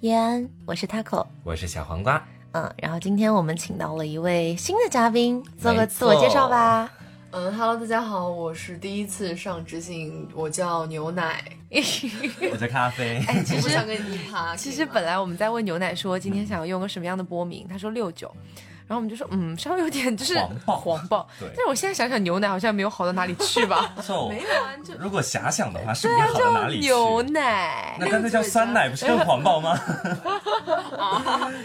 叶安，我是 Taco，我是小黄瓜。嗯，然后今天我们请到了一位新的嘉宾，做个没自我介绍错吧。 嗯，Hello，大家好，我是第一次上知性，我叫牛奶。我叫咖啡，哎，其我实想跟你一趴，哎其可以实吗本来我们在问牛奶说今天想要用个什么样的波名，他说六九，然后我们就说嗯，稍微有点就是黄暴黄暴。对？但是我现在想想，牛奶好像没有好到哪里去吧臭。没有啊，就如果遐想的话，是不是 好到哪里去？牛奶。那干脆叫酸奶，不是更环保吗？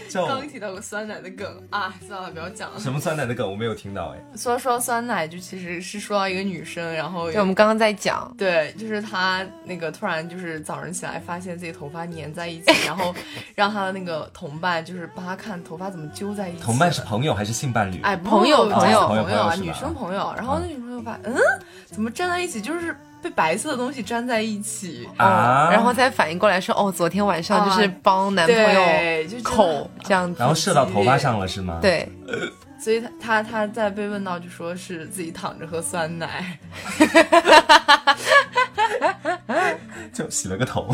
叫啊 刚提到过酸奶的梗啊，算了，不要讲了。什么酸奶的梗我没有听到哎。说说酸奶，就其实是说到一个女生，然后 对，我们刚刚在讲，对，就是她那个突然就是早上起来发现自己头发粘在一起，然后让她的那个同伴就是帮她看头发怎么揪在一起。同伴是朋友还是性伴侣？哎，朋友不朋友朋朋友啊，是吧女生朋友。然后那女朋友发现，嗯，怎么粘在一起？就是被白色的东西粘在一起。啊，嗯哦然后才反应过来说，哦，昨天晚上就是啊帮男朋友对就觉得口这样子然。后射到头发上了是吗？，对，所以他他他在被问到就说是自己躺着喝酸奶，就洗了个头，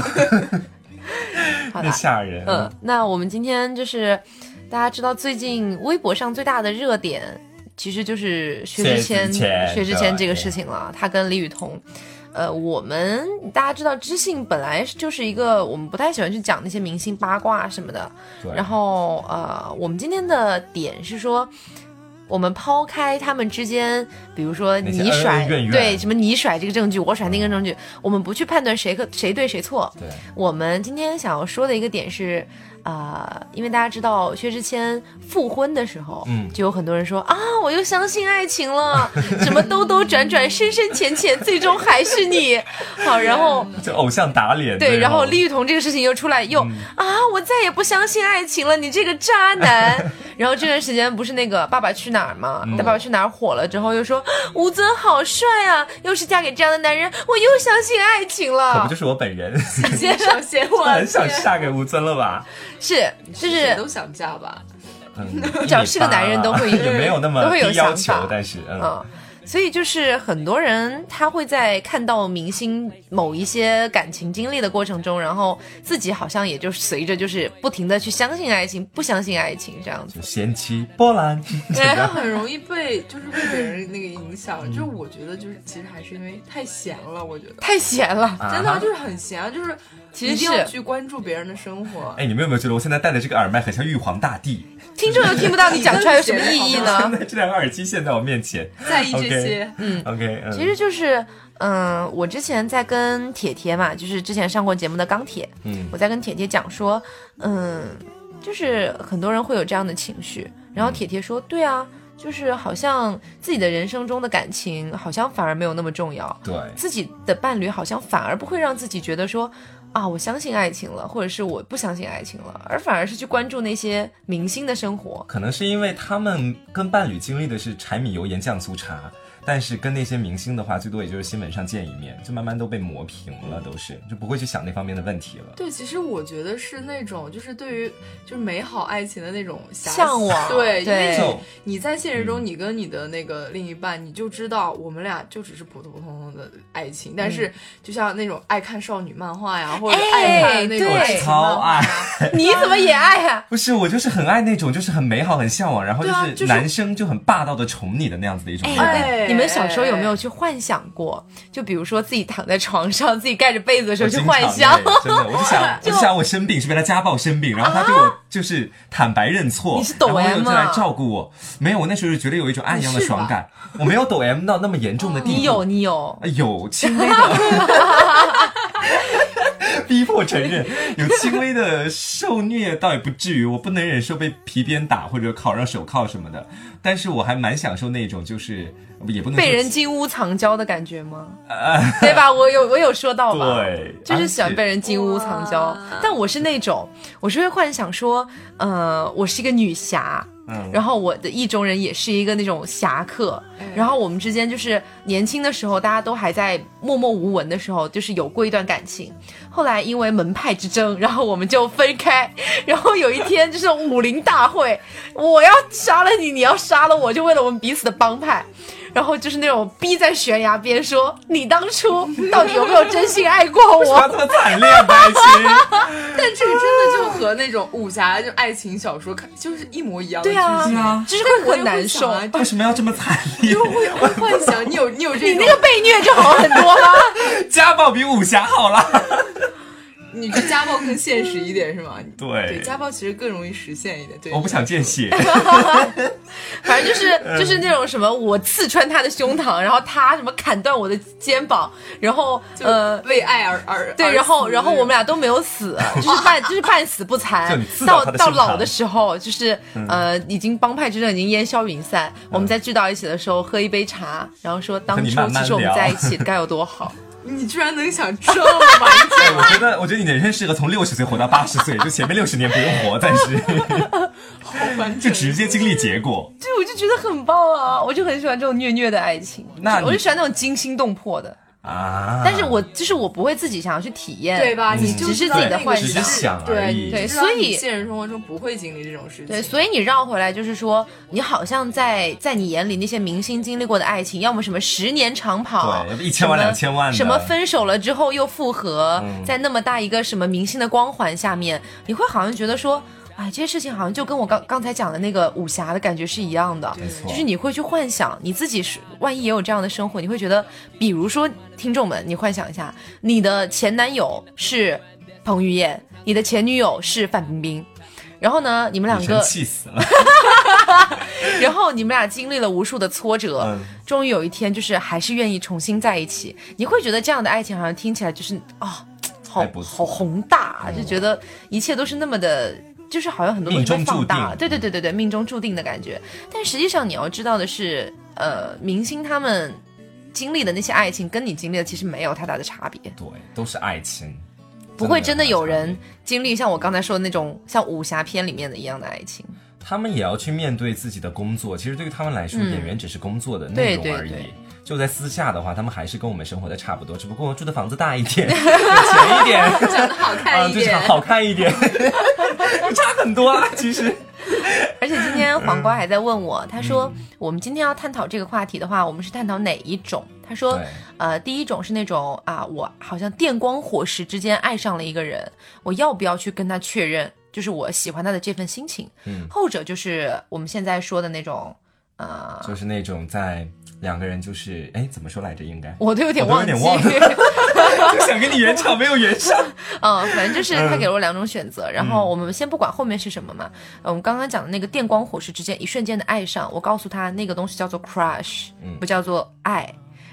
好那啦， 吓人。嗯，那我们今天就是大家知道，最近微博上最大的热点其实就是薛之谦薛之谦薛之谦对这个事情了，他跟李雨桐。呃，我们大家知道，知性本来是就是一个我们不太喜欢去讲那些明星八卦什么的。对，然后呃，我们今天的点是说，我们抛开他们之间，比如说那些你恩恩甩怨怨嗯对什么你甩这个证据，我甩那个证据，我们不去判断谁可谁对谁错，对，我们今天想要说的一个点是，呃，因为大家知道薛之谦复婚的时候，嗯就有很多人说啊，我又相信爱情了， 什么兜兜转转，深深浅浅，最终还是你。 好，然后就偶像打脸。对，然后立李雨桐这个事情又出来，又、嗯啊，我再也不相信爱情了，你这个渣男。 然后这段时间不是那个《爸爸去哪儿》吗？嗯那《爸爸去哪儿》火了之后，又说吴尊好帅啊，又是嫁给这样的男人，我又相信爱情可不了就。是我本人？ 接受写我很想嫁给吴尊了吧？是，就是谁都想嫁吧？嗯， 只要是个男人都会 也没有那么都会有低要想求法，但是嗯，嗯，所以就是很多人他会在看到明星某一些感情经历的过程中，然后自己好像也就随着就是不停的去相信爱情，不相信爱情这样子。就贤妻波 兰，他很容易被就是会给人那个影响，就是我觉得就是其实还是因为太闲了，我觉得太闲 了，啊真的就是很闲，就是其实一定要是去关注别人的生活。哎，你们有没有觉得我现在戴的这个耳麦很像玉皇大帝？听众又听不到你讲出来有什么意义呢啊现？在 这两个耳机现在我面前。在意这些， OK，嗯，其实就是，嗯、我之前在跟铁铁嘛，就是之前上过节目的钢铁，嗯我在跟铁铁讲说，嗯，就是很多人会有这样的情绪，然后铁铁说，对啊，就是好像自己的人生中的感情好像反而没有那么重要，对，自己的伴侣好像反而不会让自己觉得说。啊，我相信爱情了，或者是我不相信爱情了，而反而是去关注那些明星的生活。 可能是因为他们跟伴侣经历的是柴米油盐酱醋茶，但是跟那些明星的话，最多也就是新闻上见一面，就慢慢都被磨平了，都是就不会去想那方面的问题了。对，其实我觉得是那种，就是对于就是美好爱情的那种遐向想往对，因为对就你在现实嗯中，你跟你的那个另一半，你就知道我们俩就只是普普通通的爱情。但嗯是，就像那种爱看少女漫画呀，或者爱看那种哎对爱情漫画呀，你怎么也爱啊呀、不是我就是很爱那种就是很美好很向往，然后对啊就就是是男生就很霸道的宠你的那样子的一种哎人。你哎们小时候有没有去幻想过？就比如说自己躺在床上，自己盖着被子的时我候去经常幻想，哎真的，我就想，我就想我生病是被他家暴生病，然后他对我就是坦白认错，啊你是抖 M 然后又吗哦再来照顾我。没有，我那时候就觉得有一种暗样的爽感，我没有抖 M 到那么严重的地 步。你有你有，哎有轻微的， 逼迫承认有轻微的受虐，倒也不至于，我不能忍受被皮鞭打或者铐上手铐什么的，但是我还蛮享受那种就是也不能说被人金屋藏娇的感觉 吗？对吧？我有我有说到吧？啊对，就是喜欢被人人金屋藏娇哇，但我是那种，我是会幻想说，呃，我是一个女侠，嗯然后我的意中人也是一个那种侠客，然后我们之间就是年轻的时候，大家都还在默默无闻的时候，就是有过一段感情。后来因为门派之争，然后我们就分开。然后有一天就是武林大会，我要杀了你，你要杀了我，就为了我们彼此的帮派。然后就是那种逼在悬崖边说：“你当初到底有没有真心爱过为什么要我这么惨烈啊，白青？但这个真 的就和那种武侠就爱情小说看就是一模一样的对啊剧情啊，就是会我很也难想受。啊为什么要这么惨烈？会会幻想你有你有这你种那个被虐就好很多了。家暴比武侠好啦。你这家暴更现实一点是 吗？对对，家暴其实更容易实现一点。对，我不想见血。反正嗯就是就是那种什么，我刺穿他的胸膛，然后他什么砍断我的肩膀，然后就呃。为爱而而对，而然后死然后我们俩都没有 死，就是半就是半死不就残你刺。到到他的到胸老膛嗯的时候，就是呃，已经帮派之争已经烟消云散。我们在聚到一起的时候，喝一杯茶，然后说当和你初慢慢其实我们聊在一起该有多好。你居然能想这么完对我觉得，我觉得你的人生适合从六十岁活到八十岁，就前面六十年不用活，但是整完就整，直接经历结果。 对，我就觉得很棒啊！我就很喜欢这种虐虐的爱情，那我就你喜欢那种惊心动魄的。啊！但是我就是我不会自己想要去体验，对吧？嗯你就只是知道自己的那个幻是想只是想而对已对知道所你以现实生活中不会经历这种事情。对，所以你绕回来就是说，你好像在在你眼里那些明星经历过的爱情，要么什么十年长跑，对一千万什么两千万的嗯什么分手了之后又复合，在那么大一个什么明星的光环下面，你会好像觉得说，哎，这些事情好像就跟我刚刚才讲的那个武侠的感觉是一样的，没错就是你会去幻想你自己是万一也有这样的生活，你会觉得，比如说听众们，你幻想一下，你的前男友是彭于晏，你的前女友是范冰冰。然后呢，你们两女个神气死 了，然后你们俩经历了无数的挫 折，嗯终于有一天就是还是愿意重新在一起。你会觉得这样的爱情好像听起来就是啊、好还不好错宏大、啊，就觉得一切都是那么的。就是好像很多东西被命中放大了，注对定对对对对，命中注定的感觉。但实际上你要知道的是，呃，明星他们经历的那些爱情，跟你经历的其实没有太大的差别。对，都是爱情，不会真的没有啥人经历像我刚才说的那种像武侠片里面的一样的爱情。他们也要去面对自己的工作。其实对于他们来说，演员只是工作的内容而嗯对已。对对就在私下的话，他们还是跟我们生活的差不多，只不过住的房子大一 点，有钱一点， 长得好看嗯，一就是点，好看一点， 差很多啊。其实，而且今天黄嗯瓜还在问我，他说、我们今天要探讨这个话题的话，我们是探讨哪一种？他说对，呃，第一种是那种啊，我好像电光火石之间爱上了一个人，我要不要去跟他确认，就是我喜欢他的这份心情？嗯后者就是我们现在说的那种，呃，就是那种在两个人就是哎，怎么说来着？应该我都有点我都忘有记，点忘 就想跟你圆场，没有圆上。嗯，反正就是他给了我两种选择，然嗯后我们先不管后面是什么嘛。呃我们刚刚讲的那个电光火石之间一瞬间的爱上，我告诉他那个东西叫做 crush，嗯不叫做爱。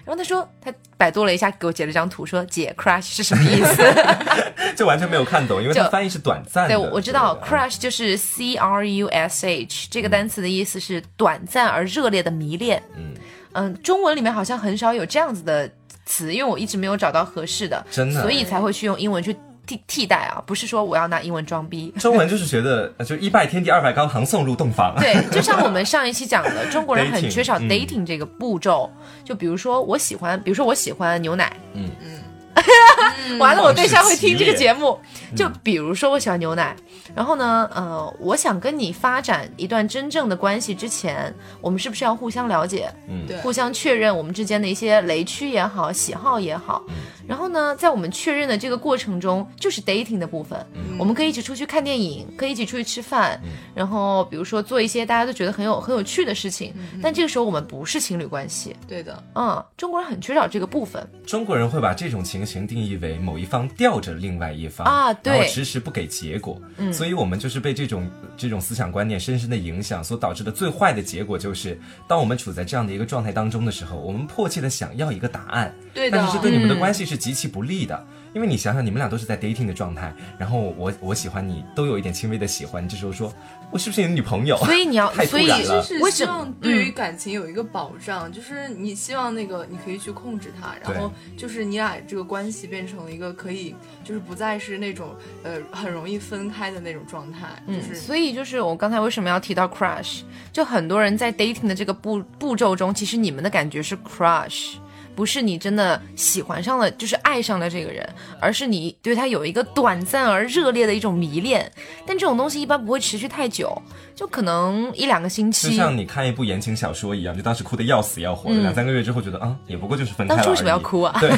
然后他说他百度了一下，给我截了张图，说姐 crush 是什么意 思？ 就完全没有看懂，因为就它翻译是短暂的。对，我知道对啊吧 crush 就是 c r u s h 这个单词的意思是短暂而热烈的迷恋。嗯嗯，中文里面好像很少有这样子的词，因为我一直没有找到合适的，真的所以才会去用英文去替替代啊，不是说我要拿英文装逼。中文就是觉得呃就一拜天地，二拜高堂，送入洞房。对，就像我们上一期讲的，中国人很 Dating，缺少嗯 dating 这个步骤。就比如说，我喜欢，比如说我喜欢牛奶，嗯嗯， 完了，我对象会听这个节目。嗯 就比如说我喜欢牛奶，然后呢，呃，我想跟你发展一段真正的关系之前，我们是不是要互相了解？嗯对互相确认我们之间的一些雷区也好，喜好也好。嗯然后呢，在我们确认的这个过程中，就是 dating 的部分，嗯我们可以一起出去看电影，可以一起出去吃饭，然后比如说做一些大家都觉得很有很有趣的事情。嗯但这个时候我们不是情侣关系，对的，嗯，中国人很缺少这个部分。中国人会把这种情形定义为某一方吊着另外一方啊对嗯然后迟迟不给结果，所以我们就是被这种这种思想观念深深的影响，所导致的最坏的结果就是，当我们处在这样的一个状态当中的时候，我们迫切的想要一个答案，对的嗯但是这对你们的关系是极其不利的。因为你想想，你们俩都是在 dating 的状态，然后我我喜欢你，都有一点轻微的喜欢，这时候说我是不是你的女朋友？所以你要太，突所以然其了实为是什希么嗯望对于感情有一个保障，就是你希望那个你可以去控制它，然后就是你俩这个关系变成一个可以，就是不再是那种呃很容易分开的那种状态，就嗯，是所以就是我刚才为什么要提到 crush，就很多人在 dating 的这个步步骤中，其实你们的感觉是 crush，不不是你真的喜欢上了，就是爱上了这个人，而是你对他有一个短暂而热烈的一种迷恋。但这种东西一般不会持续太久，就可能一两个星 就期。像你看一部言情小说一样，就当时哭的要死要活的，两三个月之后觉得啊，也不过就是分开了。嗯当初为什么要？哭 啊？对，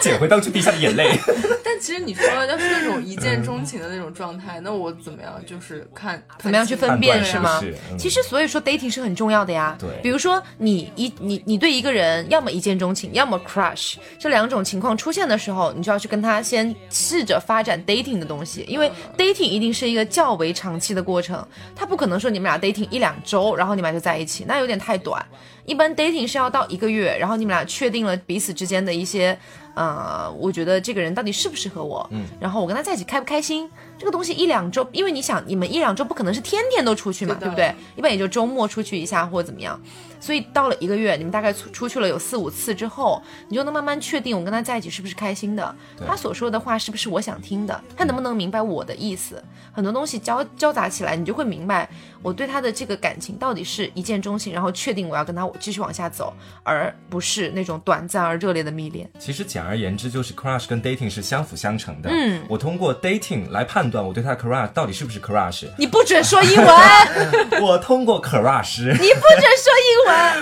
捡回当初滴下的眼泪。但其实你说要是那种一嗯见钟情的那种状态，那我怎么样？就是看怎么样去分判辨啊断是吗？是不是嗯其实所以说 dating 是很重要的呀。对比如说你一你你对一个人，要么一见钟情，要么 crush，这两种情况出现的时候，你就要去跟他先试着发展 dating 的东西，因嗯为 dating 一定是一个较为长期的过程，他不可能说你们俩 dating 一两周，然后你们俩就在一起，那有点太短。一般 dating 是要到一个月，然后你们俩确定了彼此之间的一些，呃，我觉得这个人到底适不适合我，嗯，然后我跟他在一起开不开心，这个东西一两周，因为你想，你们一两周不可能是天天都出去嘛，对的对不对？一般也就周末出去一下或者怎么样，所以到了一个月，你们大概出出去了有四五次之后，你就能慢慢确定我跟他在一起是不是开心的，他所说的话是不是我想听的，他能不能明白我的意思，很多东西交交杂起来，你就会明白我对他的这个感情到底是一见钟情，然后确定我要跟他继续往下走，而不是那种短暂而热烈的迷恋。其实简而言之，就是 crush 跟 dating 是相辅相成的。嗯，我通过 dating 来判断我对他的 crush 到底是不是 crush， 你不准说英文，我通过 crush，你不准说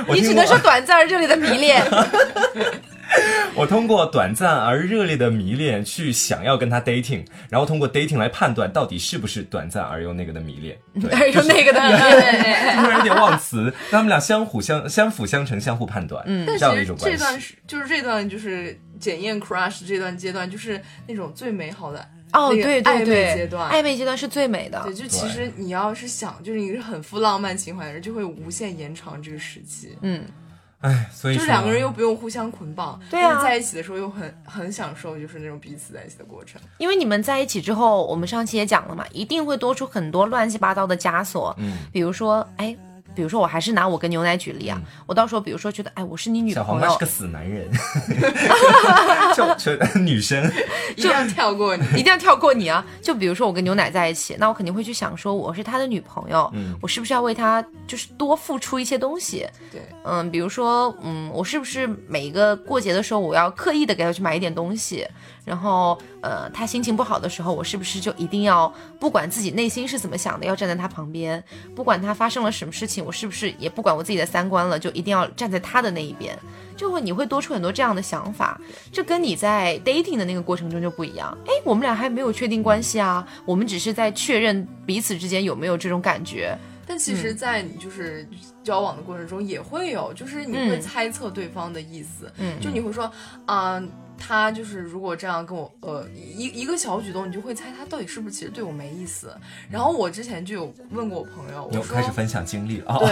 英 我文，你只听过能说短暂而热烈的迷 恋。我通过短暂而热烈的迷恋去想要跟他 dating，然后通过 dating 来判断到底是不是短暂而又那个的迷 恋。对，而有那个的迷恋，对。突然有点忘词，他们俩相互相相辅相成，相互判断，嗯，这样的一种其实这关段系。是就是这段就是检验 crush 这段阶段，就是那种最美好的哦，那个对对暧对，昧阶段暧昧阶段是最美的对，。就其啊对实你要是想，就是你是很富浪漫情怀的人，就会无限延长这个时期。嗯，哎，所以就说是两个人又不用互相捆绑，对啊但是在一起的时候又很很享受，就是那种彼此在一起的过程。因为你们在一起之后，我们上期也讲了嘛，一定会多出很多乱七八糟的枷锁。嗯，比如说，哎，比如说，我还是拿我跟牛奶举例啊，我到时候比如说觉得，哎，我是你女嗯小黄朋瓜是友个，死 男人，就 就女生一定要跳过你，一定要跳过你啊！就比如说我跟牛奶在一起，那我肯定会去想说，我是他的女朋友，嗯我是不是要为他就是多付出一些东西？对，嗯，比如说，嗯，我是不是每一个过节的时候，我要刻意的给他去买一点东西？然后，呃，他心情不好的时候，我是不是就一定要不管自己内心是怎么想的，要站在他旁边？不管他发生了什么事情，我是不是也不管我自己的三观了，就一定要站在他的那一边？就会你会多出很多这样的想法，这跟你在 dating 的那个过程中就不一样。哎，我们俩还没有确定关系啊，我们只是在确认彼此之间有没有这种感觉。但其实，在你就是交往的过程中，也会有，就是你会嗯猜测对方的意思，就你会说，啊、他就是如果这样跟我，呃，一一个小举动，你就会猜他到底是不是其实对我没意思。然后我之前就有问过我朋友，又我说开始分享经历 哦，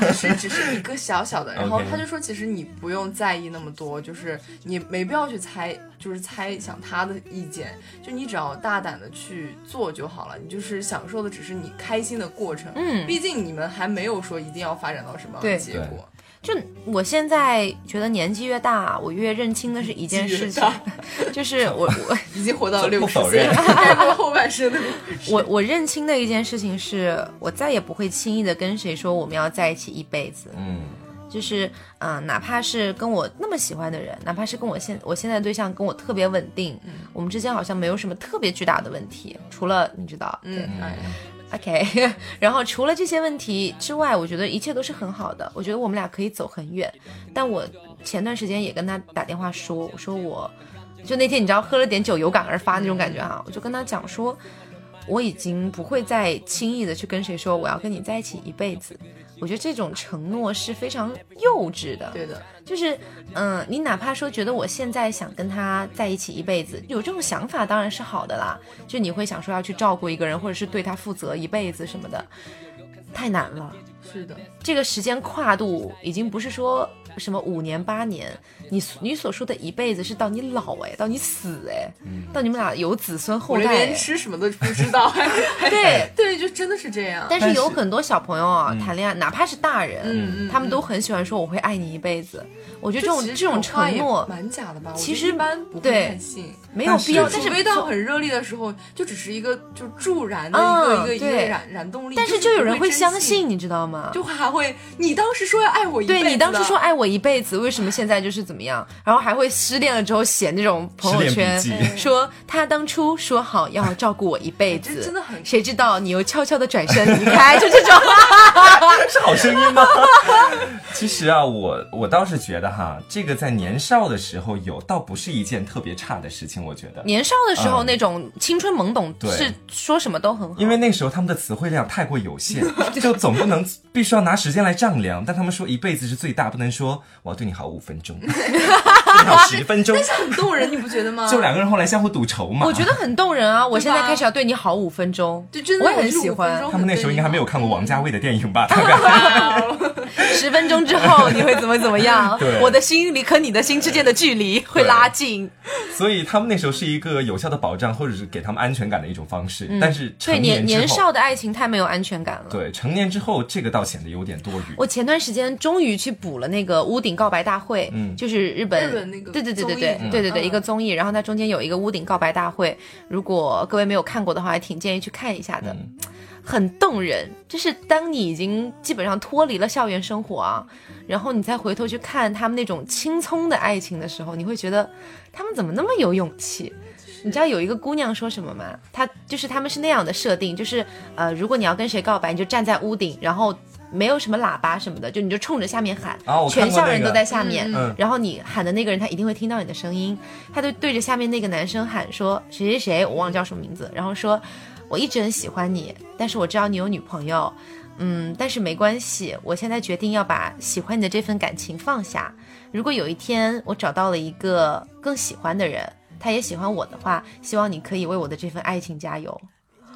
对，只是只是一个小小的，然后 OK 他就说，其实你不用在意那么多，就是你没必要去猜，就是猜想他的意见，就你只要大胆的去做就好了，你就是享受的只是你开心的过程，嗯毕竟你们还没有说一定要发展到什么样的对结果，就我现在觉得年纪越大，我越认清的是一件事情， 就是我我 已经活到不六十否岁， 认该过后半生的路。我我认清的一件事情是，我再也不会轻易的跟谁说我们要在一起一辈子。嗯，就是嗯、呃哪怕是跟我那么喜欢的人，哪怕是跟我现我现在的对象跟我特别稳定，我们之间好像没有什么特别巨大的问题，除了你知道，嗯，哎， OK，然 后除了这些问题之外，我觉得一切都是很好的。我觉得我们俩可以走很远。但我前段时间也跟他打电话说，我说我就那天你知道喝了点酒有感而发那种感觉啊，我就跟他讲说，我已经不会再轻易的去跟谁说我要跟你在一起一辈子。我觉得这种承诺是非常幼稚的，对的，就是，嗯、你哪怕说觉得我现在想跟他在一起一辈子，有这种想法当然是好的啦。就你会想说要去照顾一个人，或者是对他负责一辈子什么的，太难了。是的，这个时间跨度已经不是说什么五年八年，你你所说的一辈子是到你老哎，到你死哎，到你们俩有子孙后我代连哎。吃什么都不 知道，还还对对，就真的哎是这样。但但是是有很多小朋友啊，谈恋爱，哪怕是大人，嗯嗯他们都很喜欢说我会爱你一辈子。我觉得这种其实种话承也诺，蛮假的吧？我其觉实得一般不会对太信。没有必要，但但是是味道很热烈的时候，就只是一个就助燃的一嗯个、一个一对个燃燃动力。但是就就有人会会真相信，信，你知道吗？就还会你当时说要爱我一辈对子，你当时说。爱我一辈子，为什么现在就是怎么样？然后还会失恋了之后写那种朋友失恋圈笔记，说他当初说好要照顾我一辈哎这子，真的很谁知道你又悄悄的转身离开，就这种。 是好声音吗？ 其实啊，我我倒是觉得哈，这个在年少的时候有，倒不是一件特别差的事情，我觉得。年少的时候嗯那种青春懵懂，对是说什么都很好。因为那时候他们的词汇量太过 有限，就总不能必须要拿时间来丈量。但他们说一辈子是最大，不能说我要对你好五分 钟，对你好十分钟，很动人，你不觉得吗？ 就两个人后来相互赌仇嘛。我觉得很动人啊！我现在吧开始要对你好五分钟，就真的我也很是五喜分欢钟他们那时候应该还没有看过王家卫的电 影吧？大概。十分钟之后你会怎么怎么样对？我的心离和你的心之间的距离会拉近。所以他们那时候是一个有效的保障，或者是给他们安全感的一种方式。但是嗯成对年之后年少的爱情太没有安全感了。对成年之后，这个倒显得有点多余。我前段时间终于去补了那个屋顶告白大会，嗯就是日本日本那个对对对对综艺对是吧对对对嗯一个综艺，然后它中间有一个屋顶告白大会，如果各位没有看过的话，还挺建议去看一下的。嗯很动人，就是当你已经基本上脱离了校园生活啊，然后你再回头去看他们那种青葱的爱情的时候，你会觉得他们怎么那么有勇气？你知道有一个姑娘说什么吗？她就是他们是那样的设定，就是呃，如果你要跟谁告白，你就站在屋顶，然后没有什么喇叭什么的，就你就冲着下面喊，啊我看全过校人那个都在下面，嗯嗯然后你喊的那个人他一定会听到你的声音，他就对着下面那个男生喊说谁谁谁，我忘了叫什么名字，然后说我一直很喜欢你，但是我知道你有女朋友，嗯，但是没关系，我现在决定要把喜欢你的这份感情放下。如果有一天我找到了一个更喜欢的人，他也喜欢我的话，希望你可以为我的这份爱情加油。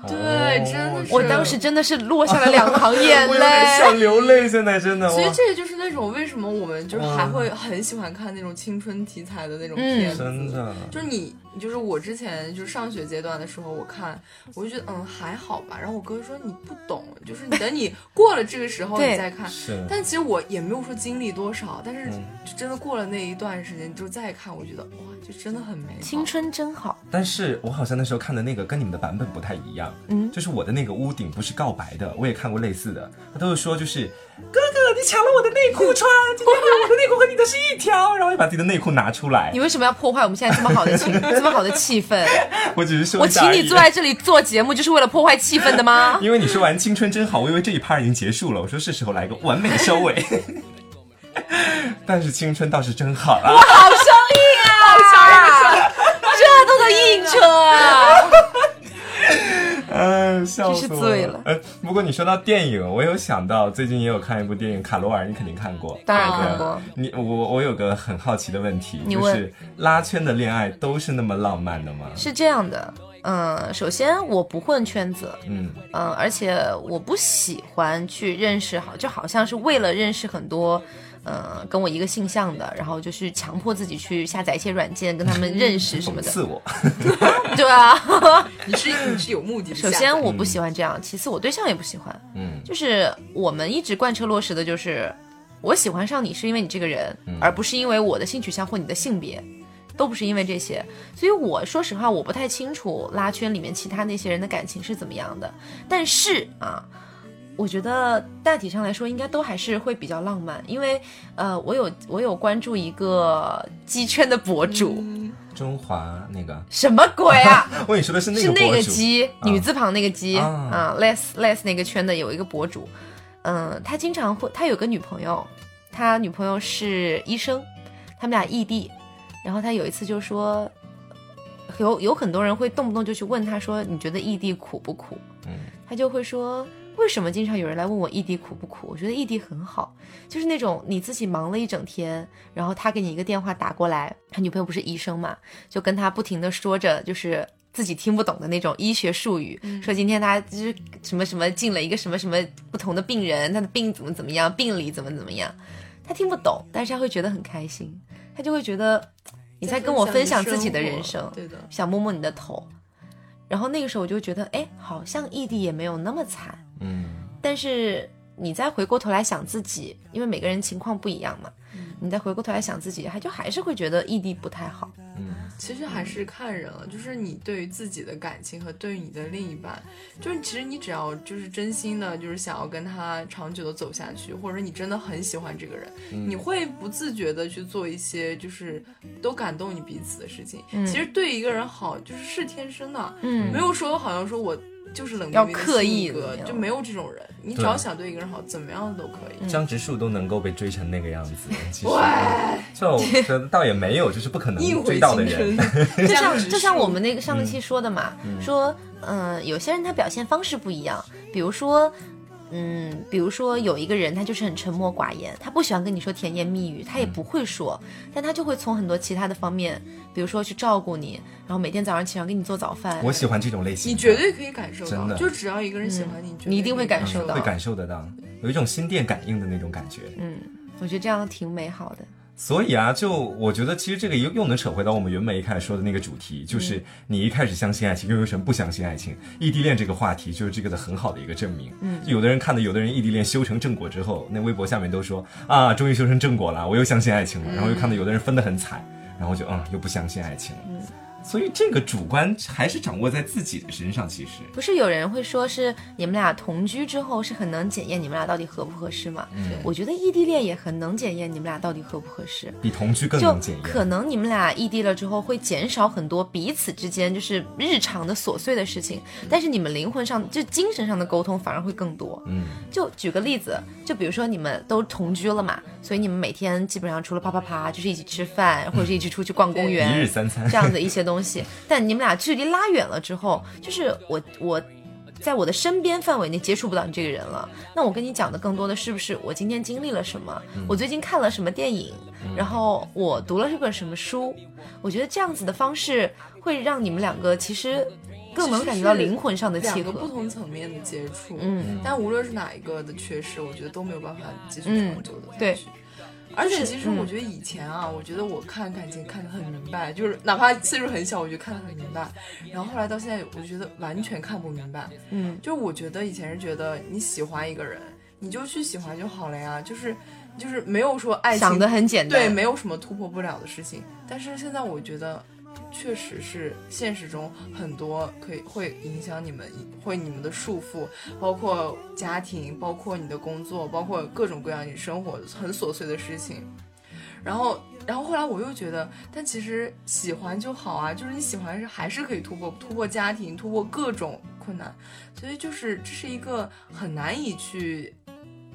对哦真的是我当时真的是落下了两行眼 我有点泪。想流泪，现在真的。所以哇这也就是那种为什么我们就是还会很喜欢看那种青春题材的那种嗯片子，真的，就是你，就是我之前就是上学阶段的时候，我看我就觉得嗯还好吧。然后我哥说你不懂，就是你等你过了这个时候对你再看。是但其实我也没有说经历多少，但是就真的过了那一段时间，你就再看，我觉得哇，就真的很美好。青春真好，但是我好像那时候看的那个跟你们的版本不太一样，嗯，就是我的那个屋顶不是告白的，我也看过类似的，他都是说就是哥哥，你抢了我的内裤穿，今天我的内裤和你的是一条，然后就把自己的内裤拿出来你。为什么要破坏我们现在这么好的情这么好的气氛？我只是说，我请你坐在这里做节目，就是为了破坏气氛的 吗？因为你说完青春真好，我以为这一趴已经结束了，我说是时候来个完美的收尾。 但是青春倒是真好 啊！好生硬啊！好生硬、 这都能硬扯啊！嗯、笑死真我是醉了呃，不过你说到电影，我有想到最近也有看一部电影《卡罗尔》，你肯定看过。当然对啊看过，你我我有个很好奇的问题，你就问是拉圈的恋爱都是那么浪漫的吗？是这样的，嗯，首先我不混圈子，嗯，嗯，而且我不喜欢去认识好，就好像是为了认识很多，呃，跟我一个性向的，然后就去强迫自己去下载一些软件跟他们认识什讽么的，刺我，对啊。你是你是有 目的的下首载。先我不喜欢这样，其次我对象也不喜欢，嗯，就是我们一直贯彻落实的就是，我喜欢上你是因为你这个人，而不是因为我的性取向或你的性别，都不是因为这些。所以我说实话，我不太清楚拉圈里面其他那些人的感情是怎么样的，但是啊。我觉得大体上来说，应该都还是会比较浪漫，因为，呃，我有我有关注一个鸡圈的博主，嗯中华 那个，什么鬼啊？我跟你说的是那是个那博个主，鸡，女字旁那个鸡啊啊，less less 那个圈的有一个博主，嗯，他经常会，他有个女朋友，他女朋友是医生，他们俩异地，然后他有一次就说，有有很多人会动不动就去问他说，你觉得异地苦不苦？嗯他就会说。为什么经常有人来问我异地苦不苦？我觉得异地很好，就是那种你自己忙了一整天，然后他给你一个电话打过来，他女朋友不是医生嘛，就跟他不停的说着，就是。自己听不懂的那种医学术语，说今天他就是什么什么进了一个什么什么不同的病人，他的病怎么怎么样，病理怎么怎么样，他听不懂，但是他会觉得很开心，他就会觉得你在跟我分享自己的人生，对的，想摸摸你的头，然后那个时候我就觉得，哎，好像异地也没有那么惨，嗯，但是你再回过头来想自己，因为每个人情况不一样嘛，你再回过头来想自己，还就还是会觉得异地不太好。其实还嗯是看人了，就是你对于自己的感情和对于你的另一半，就是其实你只要就是真心的，就是想要跟他长久的走下去，或者你真的很喜欢这个人，你会不自觉的去做一些就是都感动你彼此的事情。其实对一个人好，就是是天生的，嗯没有说好像说我。就是冷要冰冰的刻意性格的那就种嗯没有这种人。你只对要想对一个人好，怎么样都可以。张植树都能够被追成那个样子，其实哇就觉得倒也没有，就是不可 一能回追到的青人春，， 就这样像直就像树我们那个上一期说的嘛，说嗯、有些人他表现方式不一样，比如说。嗯，比如说有一个人，他就是很沉默寡言，他不喜欢跟你说甜言蜜语，他也不会说，但他就会从很多其他的方面，比如说去照顾你，然后每天早上起床给你做早饭，我喜欢这种类型的，你绝对可以感受真到，的就只要一个人喜欢你，绝嗯对你一定会可以感感受到会感受得到，有一种心电感应的那种感觉。嗯，我觉得这样挺美好的。所以啊，就我觉得其实这个又又能扯回到我们原本一开始说的那个主题，就是嗯你一开始相信爱情，又有什么不相信爱情？异地恋这个话题就是这个的很好的一个证明。嗯，有的人看到有的人异地恋修成正果之后，那微博下面都说啊，终于修成正果了，我又相信爱情嗯了。然后又看到有的人分得很惨，然后就嗯，又不相信爱情了。嗯所以这个主观还是掌握在自己的身上，其实。不是有人会说是你们俩同居之后是很能检验你们俩到底合不合适吗？嗯我觉得异地恋也很能检验你们俩到底合不合适。比同居更就能检验，可能你们俩异地了之后，会减少很多彼此之间就是日常的琐碎的事情，但是你们灵魂上就精神上的沟通反而会更多。嗯，就举个例子，就比如说你们都同居了嘛，所以你们每天基本上除了啪啪啪，就是一起吃饭或者是一起出去逛公园，一日三餐这样的一些东西。但你们俩距离拉远了之后，就是我我。在我的身边范围内接触不到你这个人了，那我跟你讲的更多的是不是我今天经历了什么，我最近看了什么电影，然后我读了这本什么书？我觉得这样子的方式会让你们两个其实更能感觉到灵魂上的契两个不合。同层面的接触，嗯，但无论是哪一个的缺失，我觉得都没有办法继续嗯长久的、对。而且其实嗯我觉得以前啊，我觉得我看感情看得很明白，就是哪怕岁数很小，我就看得很明白。然后后来到现在，我就觉得完全看不明白。嗯，就是我觉得以前是觉得你喜欢一个人，你就去喜欢就好了呀，就是就是没有说爱情想的很简单，对，没有什么突破不了的事情。但是现在我觉得，确实是现实中很多可以会影响你们，会你们的束缚，包括家庭，包括你的工作，包括各种各样你生活很琐碎的事情。然后，然后后来我又觉得，但其实喜欢就好啊，就是你喜欢是还是可以突破突破家庭，突破各种困难，所以就是这是一个很难以去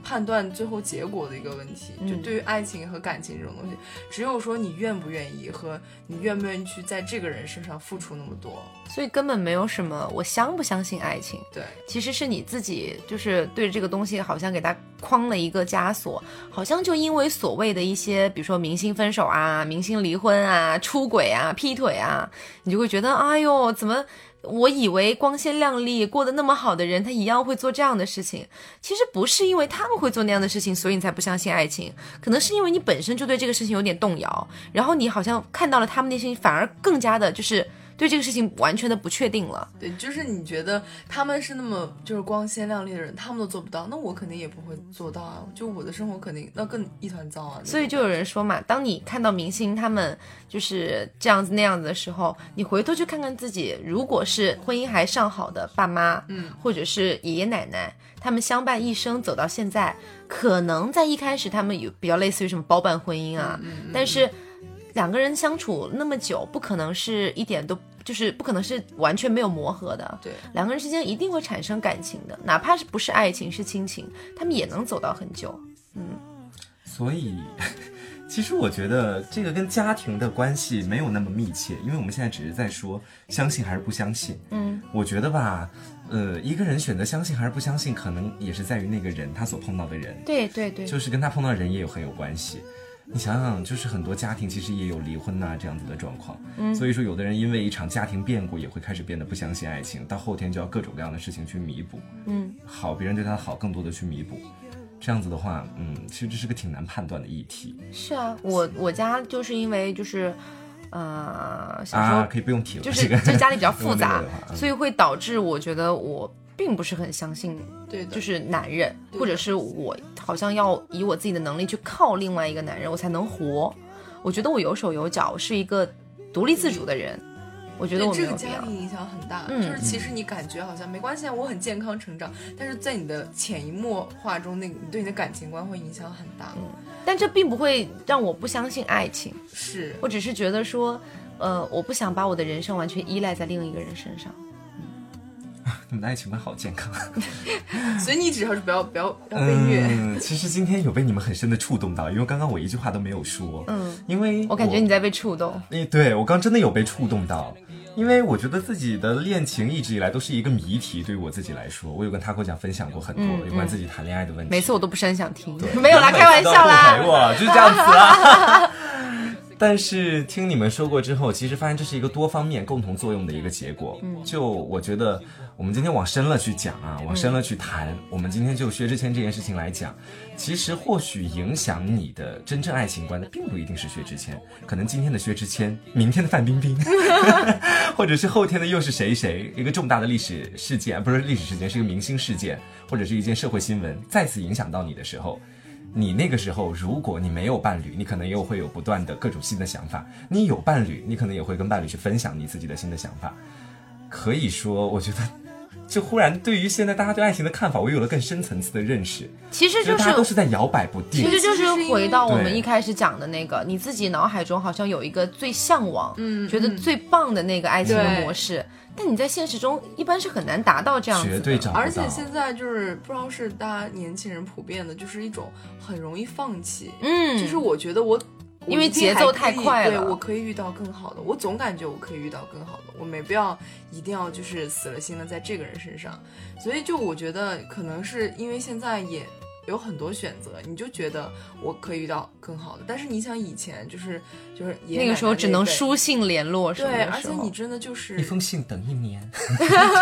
判断最后结果的一个问题。就嗯对于爱情和感情这种东西，只有说你愿不愿意和你愿不愿意去在这个人身上付出那么多。所以根本没有什么我相不相信爱情，对，其实是你自己就是对这个东西好像给它框了一个枷锁，好像就因为所谓的一些，比如说明星分手啊、明星离婚啊、出轨啊、劈腿啊，你就会觉得，哎呦，怎么？我以为光鲜亮丽、过得那么好的人，他一样会做这样的事情。其实不是因为他们会做那样的事情，所以你才不相信爱情，可能是因为你本身就对这个事情有点动摇，然后你好像看到了他们那些，你反而更加的就是对这个事情完全的不确定了。对，就是你觉得他们是那么就是光鲜亮丽的人，他们都做不到，那我肯定也不会做到啊。就我的生活肯定那更一团糟啊。所以那种就有人说嘛，当你看到明星他们就是这样子那样子的时候，你回头去看看自己，如果是婚姻还尚好的爸妈，嗯，或者是爷爷奶奶，他们相伴一生走到现在，可能在一开始他们有比较类似于什么包办婚姻啊，嗯但是两个人相处那么久，不可能是一点都就是不可能是完全没有磨合的，对。两个人之间一定会产生感情的，哪怕是不是爱情是亲情，他们也能走到很久。所以， 其实我觉得这个跟家庭的关系没有那么密切，因为我们现在只是在说相信还是不相信。嗯，我觉得吧，呃，一个人选择相信还是不相信，可能也是在于那个人他所碰到的人，对对对就是跟他碰到的人也有很有关系。你想想，就是很多家庭其实也有离婚呐、这样子的状况，嗯，所以说有的人因为一场家庭变故也会开始变得不相信爱情，到后天就要各种各样的事情去弥补，嗯，好别人对他的好更多的去弥补，这样子的话，嗯，其实这是个挺难判断的议题。是啊，我我家就是因为就是，呃，小时候、啊，可以不用提了，就这是个就家里比较如复果那个杂的话， 嗯所以会导致我觉得我并不是很相信，对的，就是男人，对或者是我好像要以我自己的能力去靠另外一个男人，我才能活。我觉得我有手有脚，是一个独立自主的人，我觉得我对没这有必个家要。庭影响很大，嗯就是其实你感觉好像没关系啊，我很健康成长，但是在你的潜移默化中，那个你对你的感情观会影响很大。但这并不会让我不相信爱情， 是，我只是觉得说，呃，我不想把我的人生完全依赖在另一个人身上。你们的爱情观好健康。所以你只要是不要不要不要被虐。嗯，其实今天有被你们很深的触动到，因为刚刚我一句话都没有说。嗯，因为我感觉你在被触动。诶，哎对我刚真的有被触动到，因为我觉得自己的恋情一直以来都是一个谜题，对于我自己来说，我有跟他过讲分享过很多有关自己谈恋爱的问题。每次我都不是很想听，对 没有啦，每次开玩笑都不啦。陪我就是这样子啦。 但是听你们说过之后，其实发现这是一个多方面共同作用的一个结果。嗯就我觉得，我们今天往深了去讲啊，往深了去谈。我们今天就薛之谦这件事情来讲，其实或许影响你的真正爱情观的，并不一定是薛之谦，可能今天的薛之谦，明天的范冰冰， 或者是后天的又是谁谁，一个重大的历史事件，不是历史事件，是一个明星事件，或者是一件社会新闻，再次影响到你的时候，你那个时候，如果你没有伴侣，你可能又会有不断的各种新的想法；你有伴侣，你可能也会跟伴侣去分享你自己的新的想法。可以说，我觉得，就忽然对于现在大家对爱情的看法，我有了更深层次的认识。其实觉就得大家都是，是在摇摆不定其。实就是回到我们对一开始讲的那个，你自己脑海中好像有一个最向往，嗯觉得最棒的那个爱情的对模式，但你在现实中一般是很难达到这样子的。绝对找不到，而且现在就是不知道是大家年轻人普遍的，就是一种很容易放弃。嗯，就是我觉得我，因为我一定还节奏可以太快了对我可以遇到更好的，我总感觉我可以遇到更好的，我没必要一定要就是死了心的在这个人身上。所以就我觉得可能是因为现在也。有很多选择，你就觉得我可以遇到更好的，但是你想以前就是就是爷爷那个时候奶奶只能辈书信联络什么对，的而时且候。你真的就是一封信等一年，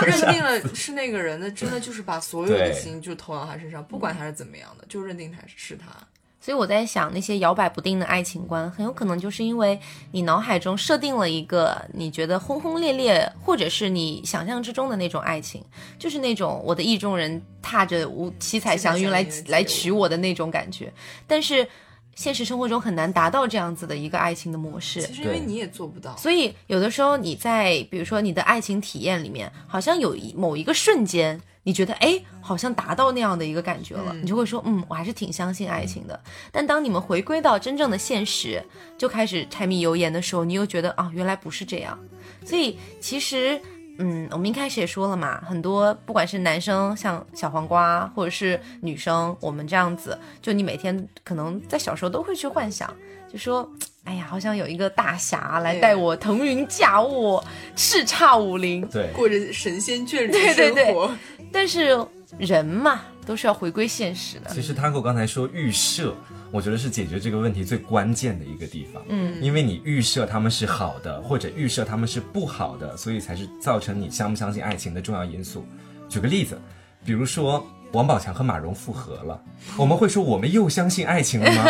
认定了是那个人的，真的就是把所有对的心就投到他身上，不管他是怎么样的，就认定他是他。所以我在想，那些摇摆不定的爱情观，很有可能就是因为你脑海中设定了一个你觉得轰轰烈烈，或者是你想象之中的那种爱情，就是那种我的意中人踏着五七彩祥云来七彩祥云来娶我的那种感觉。但是现实生活中很难达到这样子的一个爱情的模式。其实因为对你也做不到，所以有的时候你在比如说你的爱情体验里面，好像有一某一个瞬间，你觉得哎，好像达到那样的一个感觉了，嗯你就会说嗯，我还是挺相信爱情的。但当你们回归到真正的现实，就开始柴米油盐的时候，你又觉得啊，原来不是这样。所以其实。嗯，我们一开始也说了嘛，很多不管是男生像小黄瓜，或者是女生我们这样子，就你每天可能在小时候都会去幻想，就说，哎呀，好想有一个大侠来对带我腾云驾雾，叱咤武林。对，过着神仙眷侣对对生对活，但是人嘛，都是要回归现实的。其实 Taco 刚才说预设，我觉得是解决这个问题最关键的一个地方。嗯，因为你预设他们是好的，或者预设他们是不好的，所以才是造成你相不相信爱情的重要因素。举个例子，比如说王宝强和马蓉复合了，我们会说我们又相信爱情了吗？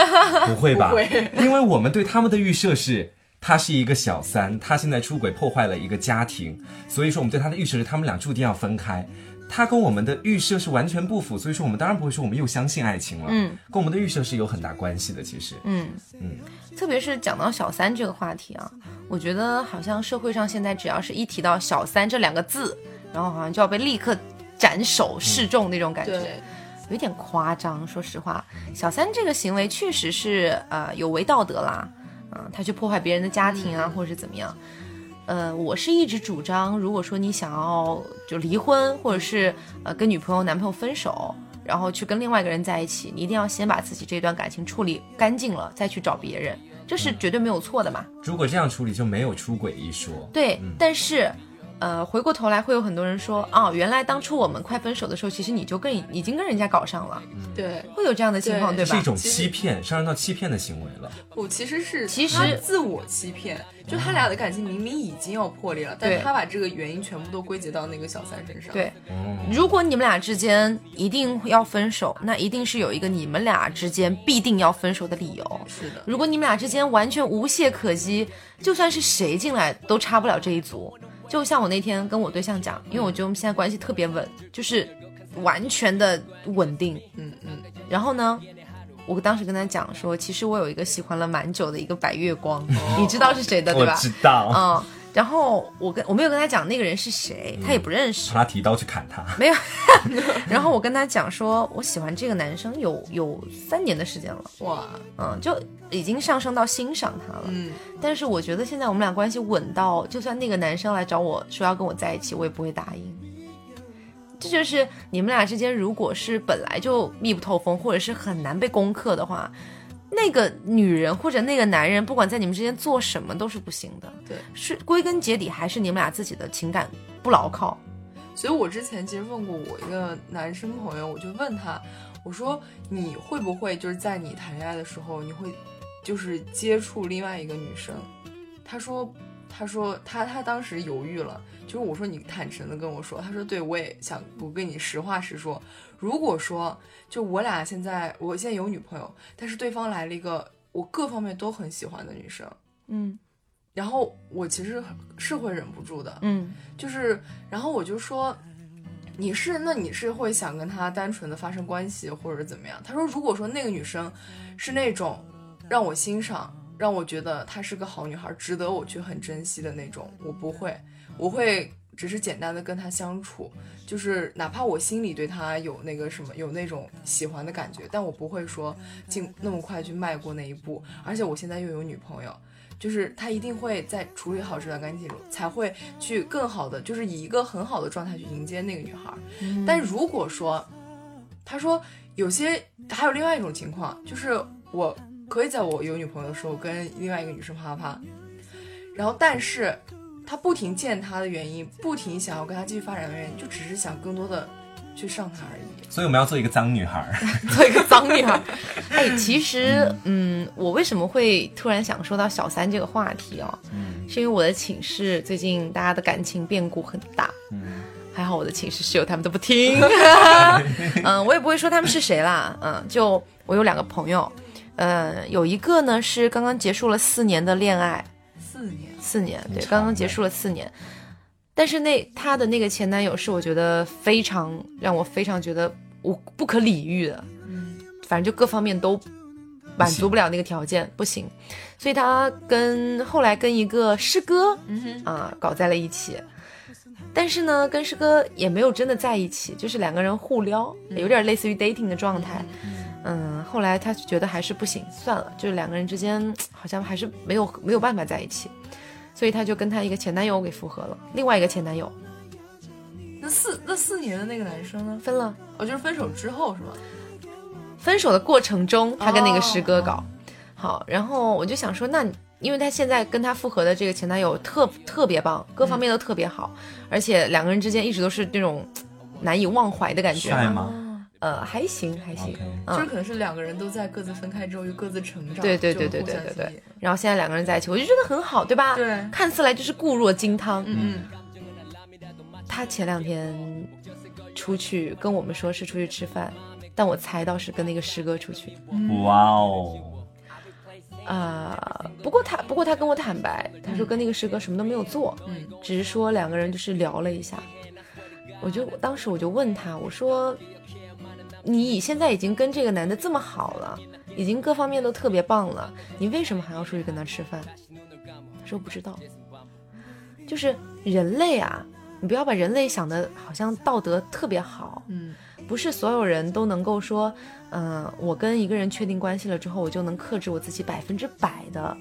不会吧，不会因为我们对他们的预设是。他是一个小三，他现在出轨破坏了一个家庭，所以说我们对他的预设是他们俩注定要分开。他跟我们的预设是完全不符，所以说我们当然不会说我们又相信爱情了。嗯，跟我们的预设是有很大关系的。其实，嗯嗯，特别是讲到小三这个话题啊，我觉得好像社会上现在只要是一提到小三这两个字，然后好像就要被立刻斩首示众那种感觉。对，有点夸张，说实话，小三这个行为确实是呃有违道德啦，嗯、他去破坏别人的家庭啊，或者是怎么样。呃，我是一直主张，如果说你想要就离婚，或者是呃跟女朋友、男朋友分手，然后去跟另外一个人在一起，你一定要先把自己这段感情处理干净了，再去找别人，这是绝对没有错的嘛。如果这样处理就没有出轨一说。对，但是，呃，回过头来会有很多人说，哦，原来当初我们快分手的时候，其实你就跟已经跟人家搞上了，对会有这样的情况，对对吧？是一种其实欺骗，上升到欺骗的行为了。我其实是其实他自我欺骗，就他俩的感情明明已经要破裂了，但对他把这个原因全部都归结到那个小三身上。对，嗯，如果你们俩之间一定要分手，那一定是有一个你们俩之间必定要分手的理由。是的，如果你们俩之间完全无懈可击，就算是谁进来都插不了这一足。就像我那天跟我对象讲，因为我觉得我们现在关系特别稳，就是完全的稳定。嗯嗯，然后呢，我当时跟他讲说，其实我有一个喜欢了蛮久的一个白月光， 你知道是谁的对我吧？知道，嗯，然后我跟我没有跟他讲那个人是谁，他也不认识。拿提刀去砍他，没有， 然后我跟他讲说，我喜欢这个男生有有三年的时间了，哇，嗯，就已经上升到欣赏他了。嗯，但是我觉得现在我们俩关系稳到，就算那个男生来找我说要跟我在一起，我也不会答应。这就是你们俩之间，如果是本来就密不透风，或者是很难被攻克的话，那个女人或者那个男人，不管在你们之间做什么都是不行的。对，是归根结底还是你们俩自己的情感不牢靠。所以我之前其实问过我一个男生朋友，我就问他，我说你会不会就是在你谈恋爱的时候，你会就是接触另外一个女生？他说，他说他他当时犹豫了，就是我说你坦诚的跟我说，他说对，我也想我跟你实话实说，如果说就我俩现在我现在有女朋友，但是对方来了一个我各方面都很喜欢的女生，嗯然后我其实是会忍不住的，嗯，就是，然后我就说，你是那你是会想跟他单纯的发生关系，或者怎么样？他说，如果说那个女生是那种让我欣赏，让我觉得她是个好女孩，值得我去很珍惜的那种，我不会，我会只是简单的跟她相处，就是哪怕我心里对她有那个什么，有那种喜欢的感觉，但我不会说进那么快去迈过那一步，而且我现在又有女朋友。就是他一定会在处理好这段感情，才会去更好的，就是以一个很好的状态去迎接那个女孩。但如果说，他说有些还有另外一种情况，就是我可以在我有女朋友的时候跟另外一个女生啪啪啪，然后但是他不停见她的原因，不停想要跟她继续发展的原因，就只是想更多的去上她而已。所以我们要做一个脏女孩儿。做一个脏女孩。 哎，其实，嗯，我为什么会突然想说到小三这个话题哦？嗯是因为我的寝室最近大家的感情变故很大，嗯，还好我的寝室室友他们都不 听。嗯，我也不会说他们是谁啦。嗯，就我有两个朋友，呃，有一个呢是刚刚结束了四年的恋爱，四年，四年，对，长刚刚的结束了四年。但是那她的那个前男友是我觉得非常让我非常觉得无不可理喻的，嗯，反正就各方面都满足不了那个条件，不行，所以她跟后来跟一个师哥嗯哼，啊、搞在了一起。但是呢，跟师哥也没有真的在一起，就是两个人互撩，有点类似于 dating 的状态。嗯，后来他觉得还是不行，算了，就是两个人之间嘖好像还是没有没有办法在一起，所以他就跟他一个前男友给复合了，另外一个前男友那四那四年的那个男生呢？分了。哦，就是分手之后是吗？分手的过程中，他跟那个师哥搞、好，然后我就想说，那你因为他现在跟他复合的这个前男友特特别棒，各方面都特别好，而且两个人之间一直都是那种嘖难以忘怀的感觉帅嘛。嗯吗呃，还行还行。 ？OK，就是可能是两个人都在各自分开之后又各自成嗯长，对对就对对互对相对吸引对，然后现在两个人在一起，我就觉得很好，对吧？对看似来就是固若金汤。嗯他前两天出去跟我们说是出去吃饭，但我猜到是跟那个师哥出去。嗯哇哦，啊、不过他不过他跟我坦白，他说跟那个师哥什么都没有做，嗯只是说两个人就是聊了一下。我就当时我就问他，我说你现在已经跟这个男的这么好了，已经各方面都特别棒了，你为什么还要出去跟他吃饭？他说不知道，就是人类啊，你不要把人类想的好像道德特别好，嗯不是所有人都能够说，嗯、我跟一个人确定关系了之后，我就能克制我自己百分之百的，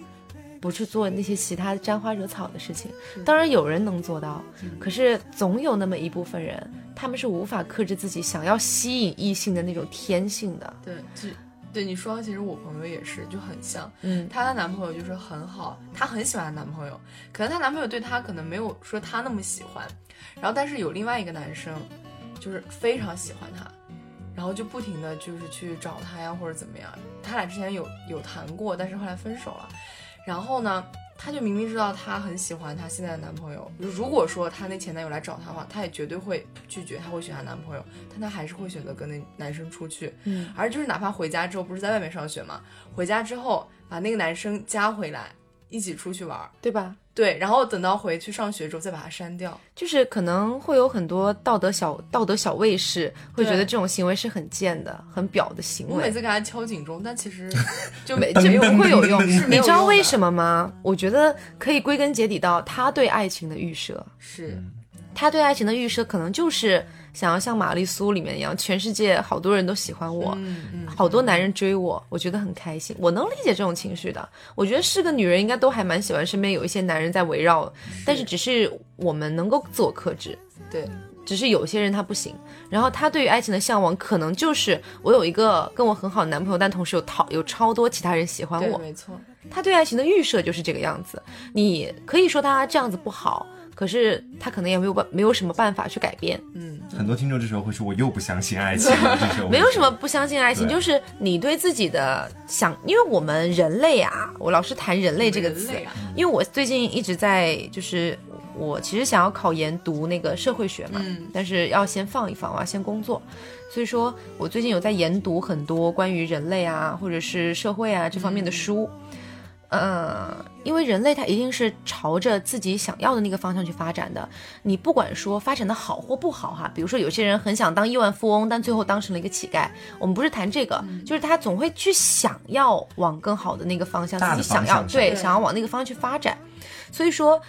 不去做那些其他沾花惹草的嗯事情。当然有人能做到，可是总有那么一部分人，他们是无法克制自己想要吸引异性的那种天性的。对，就对你说，其实我朋友也是，就很像。嗯，她的男朋友就是很好，她很喜欢她男朋友，可能她男朋友对她可能没有说她那么喜欢，然后但是有另外一个男生，就是非常喜欢她，然后就不停的就是去找她呀或者怎么样，他俩之前有有谈过，但是后来分手了，然后呢，她就明明知道她很喜欢她现在的男朋友，如果说她那前男友来找她的话，她也绝对会拒绝，她会选她男朋友，但她还是会选择跟那男生出去，嗯，而就是哪怕回家之后不是在外面上学嘛，回家之后把那个男生加回来，一起出去玩儿，对吧？对，然后等到回去上学之后再把它删掉。就是可能会有很多道德小道德小卫士会觉得这种行为是很贱的、很表的行我每为，次给他敲警钟，但其 实就没没这没有不会有用。是没你有知道用为的什么吗？我觉得可以归根结底到他对爱情的预设，是嗯他对爱情的预设可能就是想要像玛丽苏里面一样，全世界好多人都喜欢我，嗯嗯好多男人追我，我觉得很开心，我能理解这种情绪的。我觉得是个女人，应该都还蛮喜欢身边有一些男人在围绕，但是只是我们能够自我克制，对只是有些人他不行。然后他对于爱情的向往，可能就是我有一个跟我很好的男朋友，但同时有讨有超多其他人喜欢对我。没错，他对爱情的预设就是这个样子。你可以说他这样子不好，可是他可能也没有办没有什么办法去改变。嗯很多听众这时候会说我又不相信爱情了，这时候没有什么不相信爱情，对就是你对自己的想，因为我们人类啊，我老是谈人类这个词人类，啊因为我最近一直在就是我其实想要考研读那个社会学嘛，嗯但是要先放一放，我要先工作，所以说我最近有在研读很多关于人类啊或者是社会啊这方面的书。呃，因为人类他一定是朝着自己想要的那个方向去发展的。你不管说发展的好或不好哈，比如说有些人很想当亿万富翁，但最后当成了一个乞丐。我们不是谈这个，就是他总会去想要往更好的那个方向，大自的己想方要向上对对想要往那个方向去发展。所以说，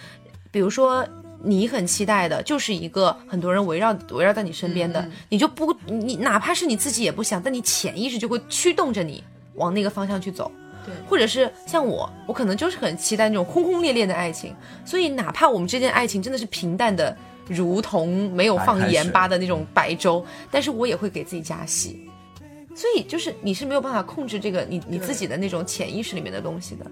比如说你很期待的，就是一个很多人围绕围绕在你身边的，嗯嗯你就不你哪怕是你自己也不想，但你潜意识就会驱动着你往那个方向去走。对或者是像我，我可能就是很期待那种轰轰烈烈的爱情，所以哪怕我们之间爱情真的是平淡的，如同没有放盐巴的那种白粥，但是我也会给自己加戏。所以就是你是没有办法控制这个你你对自己的那种潜意识里面的东西的，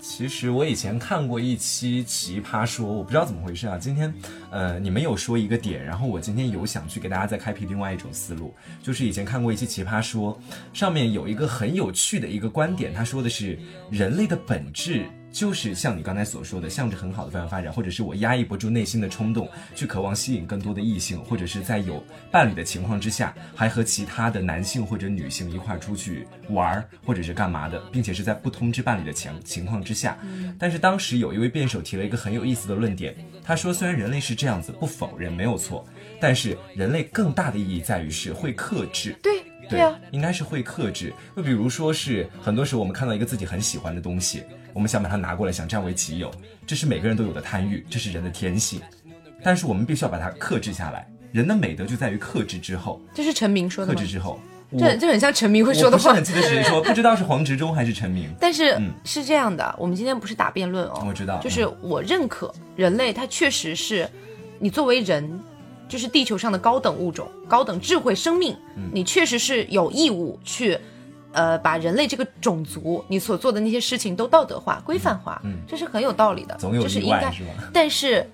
其实我以前看过一期《奇葩说》，我不知道怎么回事啊。今天，呃，你们有说一个点，然后我今天有想去给大家再开辟另外一种思路，就是以前看过一期《奇葩说》，上面有一个很有趣的一个观点，他说的是人类的本质。就是像你刚才所说的，向着很好的方向发展，或者是我压抑不住内心的冲动，去渴望吸引更多的异性，或者是在有伴侣的情况之下，还和其他的男性或者女性一块儿出去玩儿，或者是干嘛的，并且是在不通知伴侣的情情况之下。但是当时有一位辩手提了一个很有意思的论点，他说虽然人类是这样子，不否认没有错，但是人类更大的意义在于是会克制。对对啊，应该是会克制。就比如说是很多时候我们看到一个自己很喜欢的东西，我们想把它拿过来，想占为己有，这是每个人都有的贪欲，这是人的天性。但是我们必须要把它克制下来。人的美德就在于克制之后，这是陈明说的克吗制？之后。我这这很像陈明会说我的不是啊话很，记得 谁说，不知道是黄执中还是陈明。但是、嗯是这样的，我们今天不是打辩论哦，我知道嗯就是我认可人类，它确实是你作为人，就是地球上的高等物种、高等智慧生命，嗯你确实是有义务去。呃，把人类这个种族你所做的那些事情都道德化、规范化，嗯这是很有道理的，总有这是例应外该。是吧？但是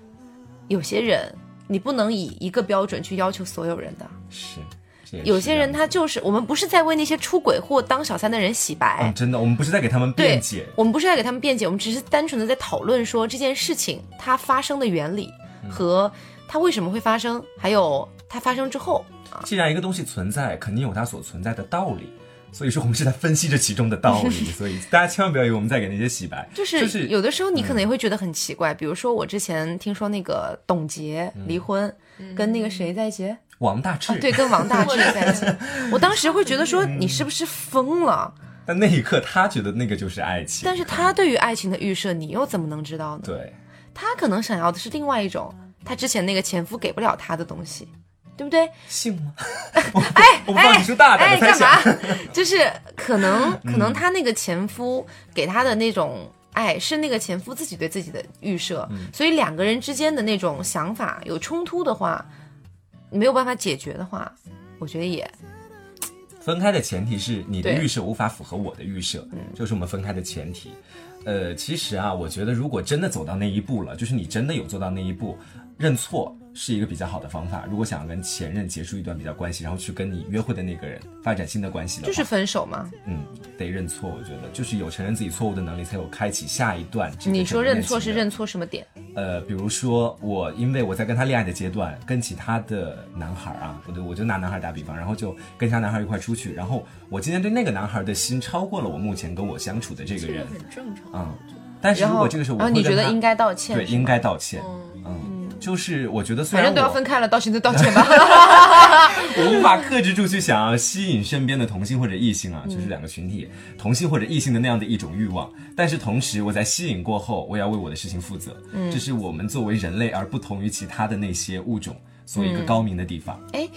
有些人，你不能以一个标准去要求所有人的。是，啊这也是有些人这样他就是，我们不是在为那些出轨或当小三的人洗白，嗯，真的，我们不是在给他们哎对辩解，我们不是在给他们辩解，我们只是单纯的在讨论说这件事情它发生的原理和嗯它为什么会发生，还有它发生之后。既然一个东西存在，肯定有它所存在的道理。所以说，我们是在分析这其中的道理。 所以大家千万不要以为我们在给那些洗白，就是就是嗯有的时候你可能也会觉得很奇怪，比如说我之前听说那个董洁离婚，跟那个谁在一起，王大治。哦对，跟王大治在一起，我当时会觉得说嗯你是不是疯了？但那一刻他觉得那个就是爱情。但是他对于爱情的预设，你又怎么能知道呢？对，他可能想要的是另外一种他之前那个前夫给不了他的东西，对不对？信 吗？哎，我放你出大胆哎，的猜干想。嘛？ 就是可能可能她那个前夫给她的那种爱，是那个前夫自己对自己的预设，嗯所以两个人之间的那种想法有冲突的话，没有办法解决的话，我觉得也分开的前提是你的对嗯预设无法符合我的预设，就是我们分开的前提。呃，其实啊，我觉得如果真的走到那一步了，就是你真的有做到那一步，认错是一个比较好的方法。如果想要跟前任结束一段比较关系，然后去跟你约会的那个人发展新的关系的话，就是分手嘛。嗯，得认错。我觉得就是有承认自己错误的能力，才有开启下一段这个整个你恋情说的。认错是认错什么点？呃，比如说我，因为我在跟他恋爱的阶段，跟其他的男孩儿啊，我就我就拿男孩儿打比方，然后就跟其他男孩儿一块儿出去，然后我今天对那个男孩儿的心超过了我目前跟我相处的这个这人个，很正常。嗯我觉得但是然如后果这个时候我然后会你跟觉得他应该道歉，对是吗应该道歉，嗯嗯，就是我觉得虽反然正都要我分开了，道歉就道歉吧。 我无法克制住去想要吸引身边的同性或者异性啊，就是两个群体，同性或者异性的那样的一种欲望。但是同时，我在吸引过后，我也要为我的事情负责。这是我们作为人类而不同于其他的那些物种所一个高明的地方。哎，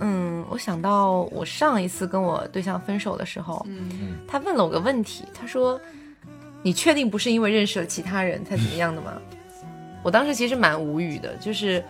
嗯，我想到我上一次跟我对象分手的时候，嗯他问了我个问题，他说：“你确定不是因为认识了其他人才怎么样的吗？” 我当时其实蛮无语的，就是，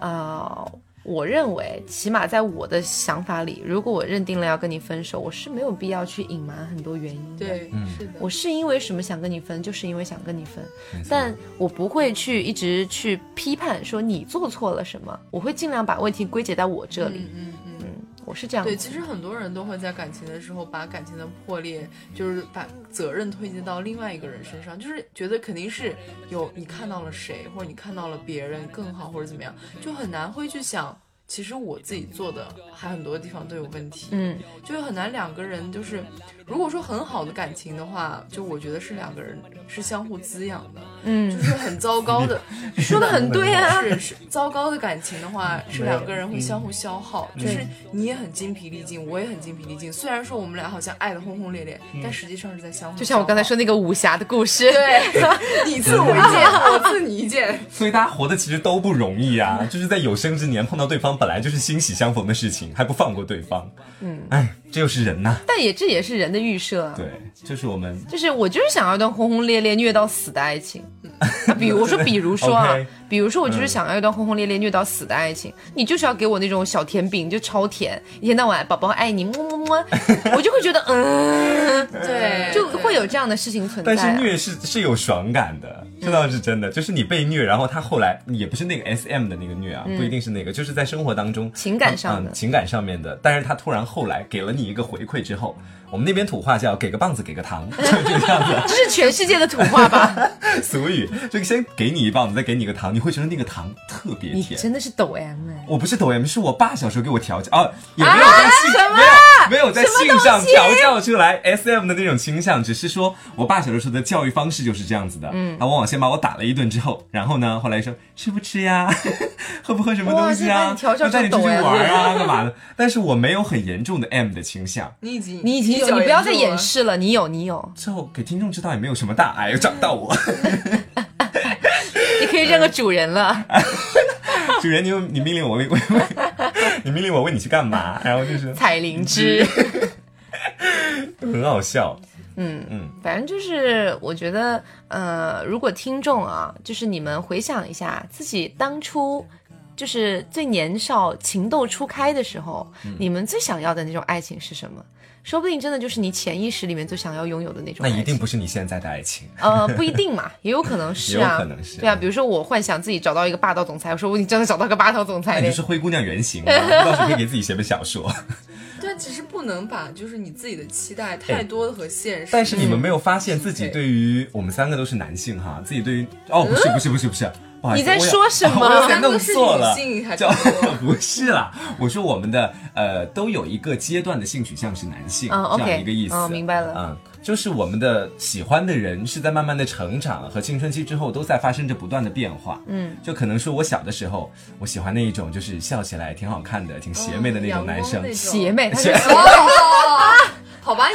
呃，我认为起码在我的想法里，如果我认定了要跟你分手，我是没有必要去隐瞒很多原因的。嗯对，是的，我是因为什么想跟你分，就是因为想跟你分没错，但我不会去一直去批判说你做错了什么，我会尽量把问题归结到我这里。嗯嗯嗯。我是这样子对，的，其实很多人都会在感情的时候把感情的破裂，就是把责任推卸到另外一个人身上，就是觉得肯定是有你看到了谁，或者你看到了别人更好，或者怎么样，就很难会去想，其实我自己做的还很多地方都有问题，嗯，就是很难两个人就是，如果说很好的感情的话，就我觉得是两个人是相互滋养的，嗯就是很糟糕的， 说的很对啊。是是糟糕的感情的话，是两个人会相互消耗，就是你也很精疲力尽，我也很精疲力尽。虽然说我们俩好像爱的轰轰烈烈，但实际上是在相互。就像我刚才说，那个武侠的故 事，对，你刺 我一剑，我刺你一剑。所以大家活的其实都不容易啊，就是在有生之年碰到对方，本来就是欣喜相逢的事情，还不放过对方。嗯，哎，这就是人呐、但也这也是人的预设啊。对，就是我们就是我就是想要一段轰轰烈烈虐到死的爱情，啊比我说比如说啊嗯 OK，嗯比如说我就是想要一段轰轰烈烈虐到死的爱情，你就是要给我那种小甜饼就超甜，一天到晚宝宝爱你么么么，我就会觉得嗯， 对就会有这样的事情存在但啊、嗯是虐是是有爽感的，这倒是真的。就是你被虐，然后他后来也不是那个 S M 的那个虐啊，不一定是那个，就是在生活当中嗯情感上的嗯，情感上面的。但是他突然后来给了你一个回馈之后，我们那边土话叫给个棒子给个糖， 就是这个样子。这是全世界的土话吧？ 俗语就先给你一棒子，再给你一个糖，你会觉得那个糖特别你甜。真的是抖 M 哎、我不是抖 M，是我爸小时候给我调教啊，也没有在性、没有没有在性上调教出来 S M 的那种倾向，只是说我爸小时候的教育方式就是这样子的。嗯，他往往先把我打了一顿之后，然后呢，后来说吃不吃呀， 喝不喝什么东西哇这把啊你，调教要带你出去成抖 M 玩啊，干嘛的？但是我没有很严重的 M 的倾向，你已经你已经有，你不要再掩。饰了，你有你有，之后给听众知道也没有什么大碍，又找不 到我。你可以认个主人 了。主人，你你命令我为为为， 你命令我为你去干嘛？然后就是彩灵芝。很好笑。嗯嗯反正就是，我觉得，呃，如果听众啊，就是你们回想一下自己当初，就是最年少情窦初开的时候，嗯你们最想要的那种爱情是什么？说不定真的就是你潜意识里面最想要拥有的那种那爱情。一定不是你现在的爱情。呃，不一定 嘛，也有可能是啊，也有可能是对啊。比如说，我幻想自己找到一个霸道总裁，我说我你真的找到个霸道总裁哎那你嘞就，是灰姑娘原型嘛，到时候可以给自己写本小说。但其实不能把就是你自己的期待太多的和现实。但是你们没有发现自己对于我们三个都是男性哈，自己对于哦不是不是不是不是，不好意思，你在我有说什么 我有点弄错了三个是女性还，是叫 不是啦，我说我们的呃都有一个阶段的性取向是男嗯性，这样 OK，一个意思，嗯明白了嗯。就是我们的喜欢的人是在慢慢的成长和青春期之后都在发生着不断的变化，嗯，就可能说我小的时候我喜欢那一种就是笑起来挺好看的、挺邪魅的那种男生，邪魅，他是哦，好吧，你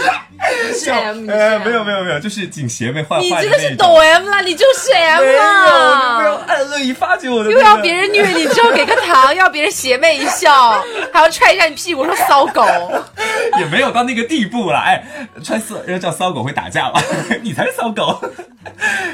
是 M，你是呃，没有没有没有，就是挺邪魅坏坏你的这个那一是种哎抖 M 了，你就是 M 没有，了，没有暗恶意发掘我的、那个，又要别人虐你之后给个糖，又要别人邪魅一笑，还要踹一下你屁股说骚 狗， 也没有到那个地步啦。哎，穿骚要叫骚狗会打架吗？ 你才是骚狗。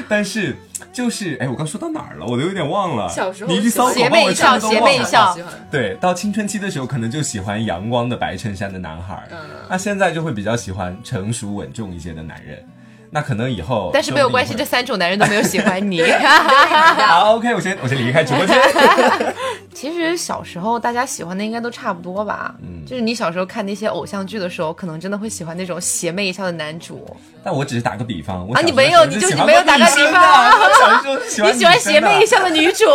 但是就是哎，我刚说到哪儿了？我都有点忘了。小时候你一句骚狗邪把魅我一笑唱的都邪忘魅一了笑喜欢对，到青春期的时候，可能就喜欢阳光的白衬衫的男孩儿，嗯那、现在就会比较喜欢成熟稳重一些的男人。那可能以后，但是没有关系，这三种男人都没有喜欢 你。 好啊 OK，我先我先离开直播间。其实小时候大家喜欢的应该都差不多吧，嗯就是你小时候看那些偶像剧的时候，可能真的会喜欢那种邪魅一笑的男主。但我只是打个比方，我啊小你时没候有是你就喜你欢没有过打女个比生的方啊 我小时候是喜 欢你喜欢女生邪的魅一笑的女主，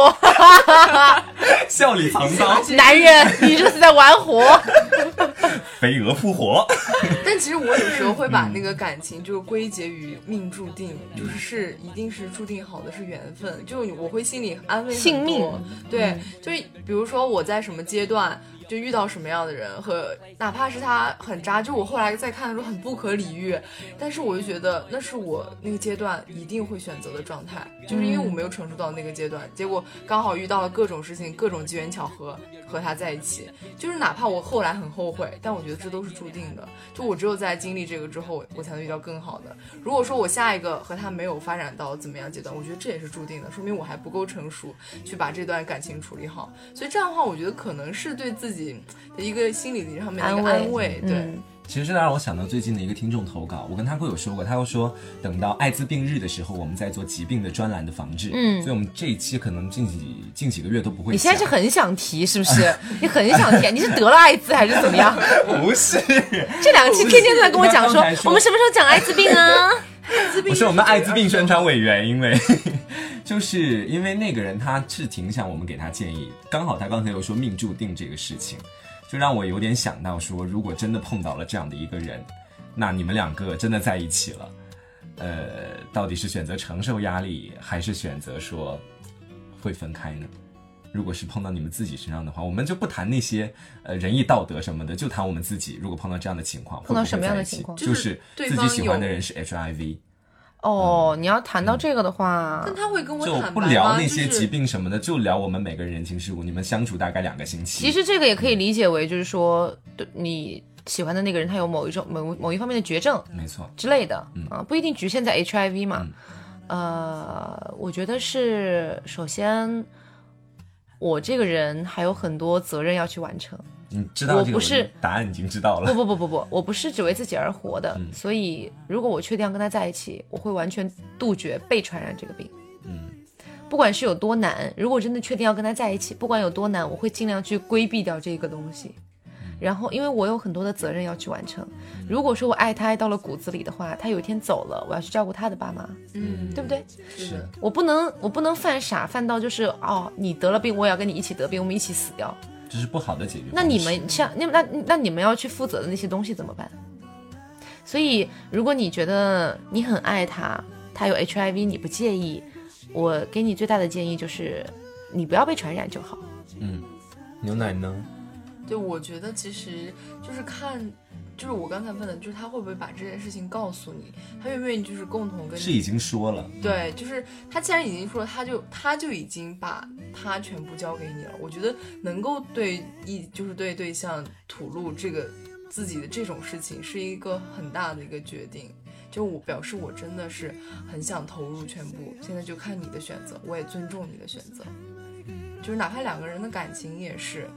笑里藏刀， 男人，你这是在玩火。飞蛾扑火。但但其实我有时候会把那个感情就是归结于命注定，就是是一定是注定好的，是缘分。就我会心里安慰很信命多，对，就是比如说我在什么阶段。就遇到什么样的人和哪怕是他很渣，就我后来再看的时候很不可理喻，但是我就觉得那是我那个阶段一定会选择的状态，就是因为我没嗯有成熟到那个阶段，结果刚好遇到了各种事情，各种机缘巧合和他在一起，就是哪怕我后来很后悔，但我觉得这都是注定的，就我只有在经历这个之后，我才能遇到更好的。如果说我下一个和他没有发展到怎么样阶段，我觉得这也是注定的，说明我还不够成熟去把这段感情处理好，所以这样的话，我觉得可能是对自己。自己的一个心理上面的一个安慰安慰，对，嗯其实这让我想到最近的一个听众投稿，我跟他哥有说过，他又说等到艾滋病日的时候，我们再做疾病的专栏的防治。嗯，所以我们这一期可能近几近几个月都不会讲。你现在是很想提是不 是？你很想提，你是得了艾滋还是怎么样？不是？这两期天天都在跟我讲说我刚才，说我们什么时候讲艾滋病啊？我是我们艾滋病宣传委员，因为 就是因为那个人他是挺想我们给他建议，刚好他刚才又说命注定这个事情，就让我有点想到说，如果真的碰到了这样的一个人，那你们两个真的在一起了，呃，到底是选择承受压力，还是选择说会分开呢？如果是碰到你们自己身上的话，我们就不谈那些呃仁义道德什么的，就谈我们自己。如果碰到这样的情况，碰到会不会什么样的在一起情况就就是是对自己方喜欢的有人是 HIV，哦，你要谈到这个的话但，他会跟我就坦不白聊吗那些疾。就是病什么的，就聊我们每个人人情世故。你们相处大概两个星期，其实这个也可以理解为就是说，对你喜欢的那个人他有某一种某某一方面的绝症没错，之类的啊，不一定局限在 HIV 嘛。呃，我觉得是首先。我这个人还有很多责任要去完成，你知道我这个不是答案已经知道不了。不不不不，我不是只为自己而活的，所以如果我确定要跟他在一起，我会完全杜绝被传染这个病。嗯，不管是有多难，如果真的确定要跟他在一起，不管有多难，我会尽量去规避掉这个东西。然后，因为我有很多的责任要去完成，如果说我爱他爱到了骨子里的话，他有一天走了，我要去照顾他的爸妈，嗯，对不对？是的，我不能，我不能犯傻，犯到就是哦，你得了病，我也要跟你一起得病，我们一起死掉。这是不好的解决方式。那你们像那那那你们要去负责的那些东西怎么办？所以，如果你觉得你很爱他，他有 HIV 你不介意，我给你最大的建议就是，你不要被传染就好。牛奶呢？对，我觉得其实就是看。就是我刚才问的，就是他会不会把这件事情告诉你，他愿不愿意就是共同跟是你？已经说了，对，就是他既然已经说了，他就他就已经把他全部交给你了。我觉得能够对一就是对对象吐露这个自己的这种事情，是一个很大的一个决定。就我表示我真的是很想投入全部，现在就看你的选择，我也尊重你的选择。就是哪怕两个人的感情也是，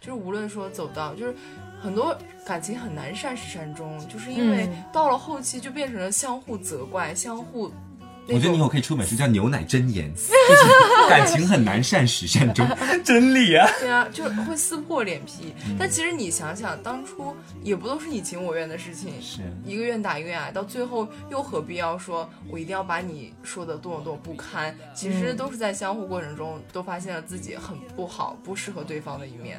就是无论说走到就是很多感情很难善始善终，就是因为嗯到了后期就变成了相互责怪、相互。我觉得你以后可以出本书叫《牛奶 真言》，就是感情很难善始善终， 真理啊。对啊，就会撕破脸皮。但其实你想想，当初也不都是你情我愿的事情，是一个愿打一个愿挨，到最后又何必要说我一定要把你说的多么多么不堪？其嗯实都是在相互过程中都发现了自己很不好、不适合对方的一面，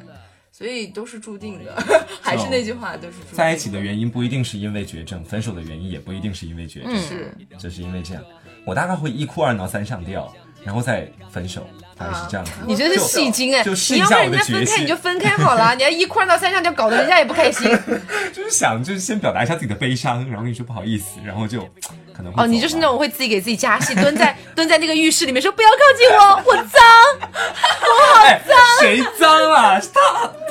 所以都是注定的。还是那句话，都是注定哦在一起的原因不一定是因为绝症，分手的原因也不一定是因为绝症，嗯是就是因为这样。我大概会一哭二闹三上吊，然后再分手，大概是这样子。啊你真是就戏精哎就！试你一要下跟我人家的决分开心你就分开好了，你要一哭二闹三上吊，搞得人家也不开心。就是想，就是先表达一下自己的悲伤，然后跟你说不好意思，然后就可能会哦，你就是那走种会自己给自己加戏，蹲在蹲在那个浴室里面说不要靠近我，我脏。吧哎，谁脏啊？是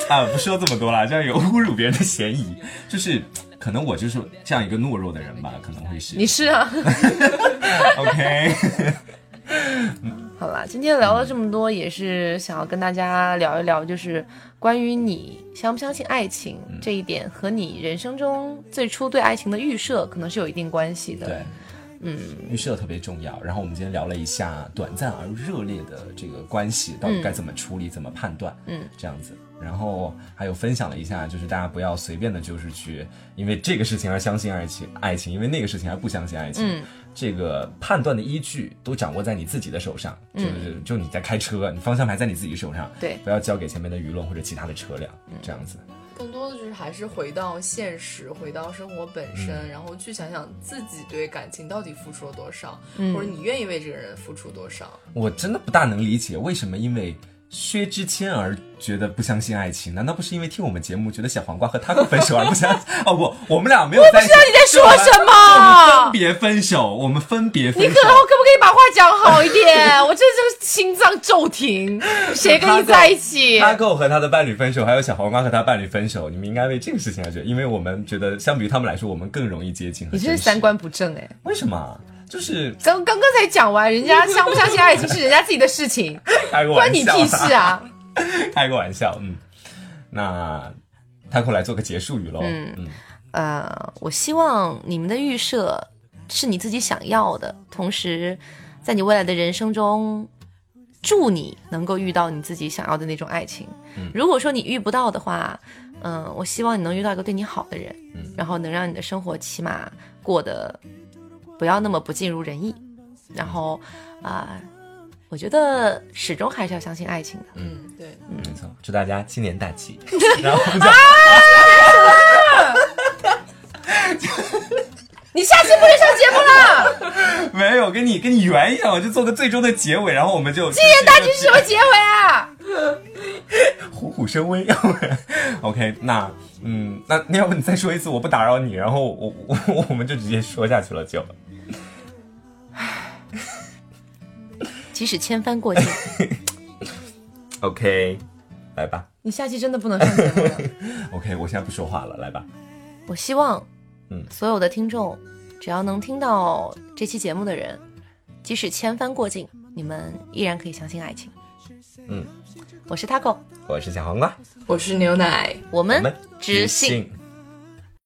他啊，不说这么多啦，这样有侮辱别人的嫌疑。就是可能我就是这样一个懦弱的人吧，可能会是你是啊。 OK。好啦，今天聊了这么多，也是想要跟大家聊一聊，就是关于你相不相信爱情这一点，和你人生中最初对爱情的预设，可能是有一定关系的。对，嗯，预设特别重要。然后我们今天聊了一下短暂而热烈的这个关系到底该怎么处理、怎么判断，嗯，这样子。然后还有分享了一下，就是大家不要随便的，就是去因为这个事情而相信爱情，爱情因为那个事情而不相信爱情。这个判断的依据都掌握在你自己的手上，就是、就你在开车，你方向盘在你自己手上，对不要交给前面的舆论或者其他的车辆，这样子。更多的就是还是回到现实，回到生活本身，嗯然后去想想自己对感情到底付出了多少，嗯或者你愿意为这个人付出多少。我真的不大能理解为什么因为薛之谦而觉得不相信爱情，难道不是因为听我们节目觉得小黄瓜和他哥分手而不相信？哦不，我们俩没有在一起。我不知道你在说什么啊我们分别分手，我们分别分你手。可可不可以把话讲好一 点？我这就是心脏骤停，谁跟你在一起？他跟我和他的伴侣分手，还有小黄瓜和他伴侣分手，你们应该为这个事情而觉得，因为我们觉得相比于他们来说，我们更容易接近和你这真是实三观不正哎、为什么？就是刚刚刚才讲完，人家相不相信爱情是人家自己的事情，开个关玩你笑，屁事！啊！ 开个玩笑，嗯。那他过来做个结束语喽。嗯嗯呃，我希望你们的预设是你自己想要的，同时在你未来的人生中，祝你能够遇到你自己想要的那种爱情。嗯如果说你遇不到的话，嗯、我希望你能遇到一个对你好的人，嗯然后能让你的生活起码过得不要那么不尽如人意。然后啊、我觉得始终还是要相信爱情的。 嗯，对，没错，祝大家新年 大吉。然后啊不讲你下期不能上节目了，没有跟你跟你圆一下，我就做个最终的结尾，然后我们就今今年大吉是什么结尾啊？ 虎虎生威。OK，那嗯，那那要不你再说一次，我不打扰你，然后我我我我们就直接说下去了就。即使千帆过尽， OK，来吧。你下期真的不能上节目了。 OK，我现在不说话了，来吧。我希望，嗯所有的听众，只要能听到这期节目的人，即使千帆过尽，你们依然可以相信爱情。嗯，我是 Taco，我是小黄瓜，我是牛奶。我们我们知性。性。